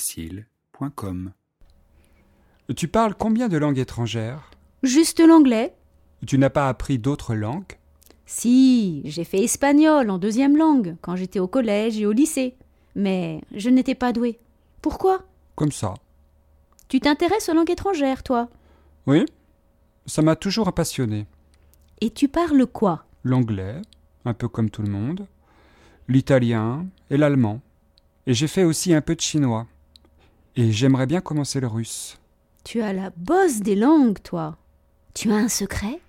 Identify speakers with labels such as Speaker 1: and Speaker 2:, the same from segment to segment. Speaker 1: podcastfrancaisfacile.com Tu parles combien de langues étrangères
Speaker 2: Juste l'anglais
Speaker 1: Tu n'as pas appris d'autres langues
Speaker 2: Si, j'ai fait espagnol en deuxième langue quand j'étais au collège et au lycée. Mais je n'étais pas douée. Pourquoi
Speaker 1: Comme ça.
Speaker 2: Tu t'intéresses aux langues étrangères, toi
Speaker 1: Oui Ça m'a toujours passionné.
Speaker 2: Et tu parles quoi
Speaker 1: L'anglais, un peu comme tout le monde, l'italien et l'allemand. Et j'ai fait aussi un peu de chinois. Et j'aimerais bien commencer le russe.
Speaker 2: Tu as la bosse des langues, toi. Tu as un secret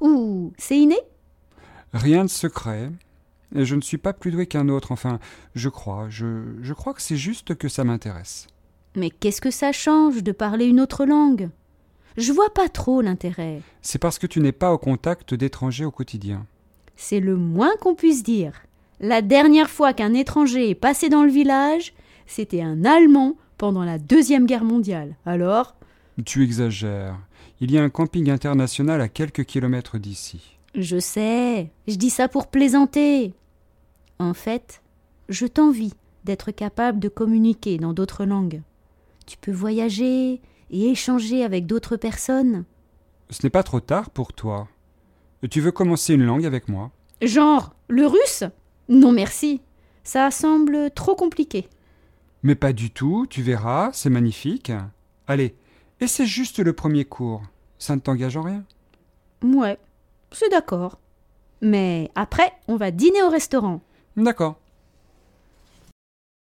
Speaker 2: Ou c'est inné
Speaker 1: Rien de secret. Et je ne suis pas plus doué qu'un autre, enfin, je crois. Je, je crois que c'est juste que ça m'intéresse.
Speaker 2: Mais qu'est-ce que ça change de parler une autre langue Je vois pas trop l'intérêt.
Speaker 1: C'est parce que tu n'es pas au contact d'étrangers au quotidien.
Speaker 2: C'est le moins qu'on puisse dire. La dernière fois qu'un étranger est passé dans le village, c'était un Allemand pendant la Deuxième Guerre mondiale. Alors
Speaker 1: Tu exagères. Il y a un camping international à quelques kilomètres d'ici.
Speaker 2: Je sais, je dis ça pour plaisanter. En fait, je t'envie d'être capable de communiquer dans d'autres langues. Tu peux voyager et échanger avec d'autres personnes.
Speaker 1: Ce n'est pas trop tard pour toi. Tu veux commencer une langue avec moi
Speaker 2: Genre le russe Non merci. Ça semble trop compliqué.
Speaker 1: Mais pas du tout, tu verras, c'est magnifique. Allez, et c'est juste le premier cours. Ça ne t'engage en rien.
Speaker 2: Ouais, c'est d'accord. Mais après, on va dîner au restaurant.
Speaker 1: D'accord.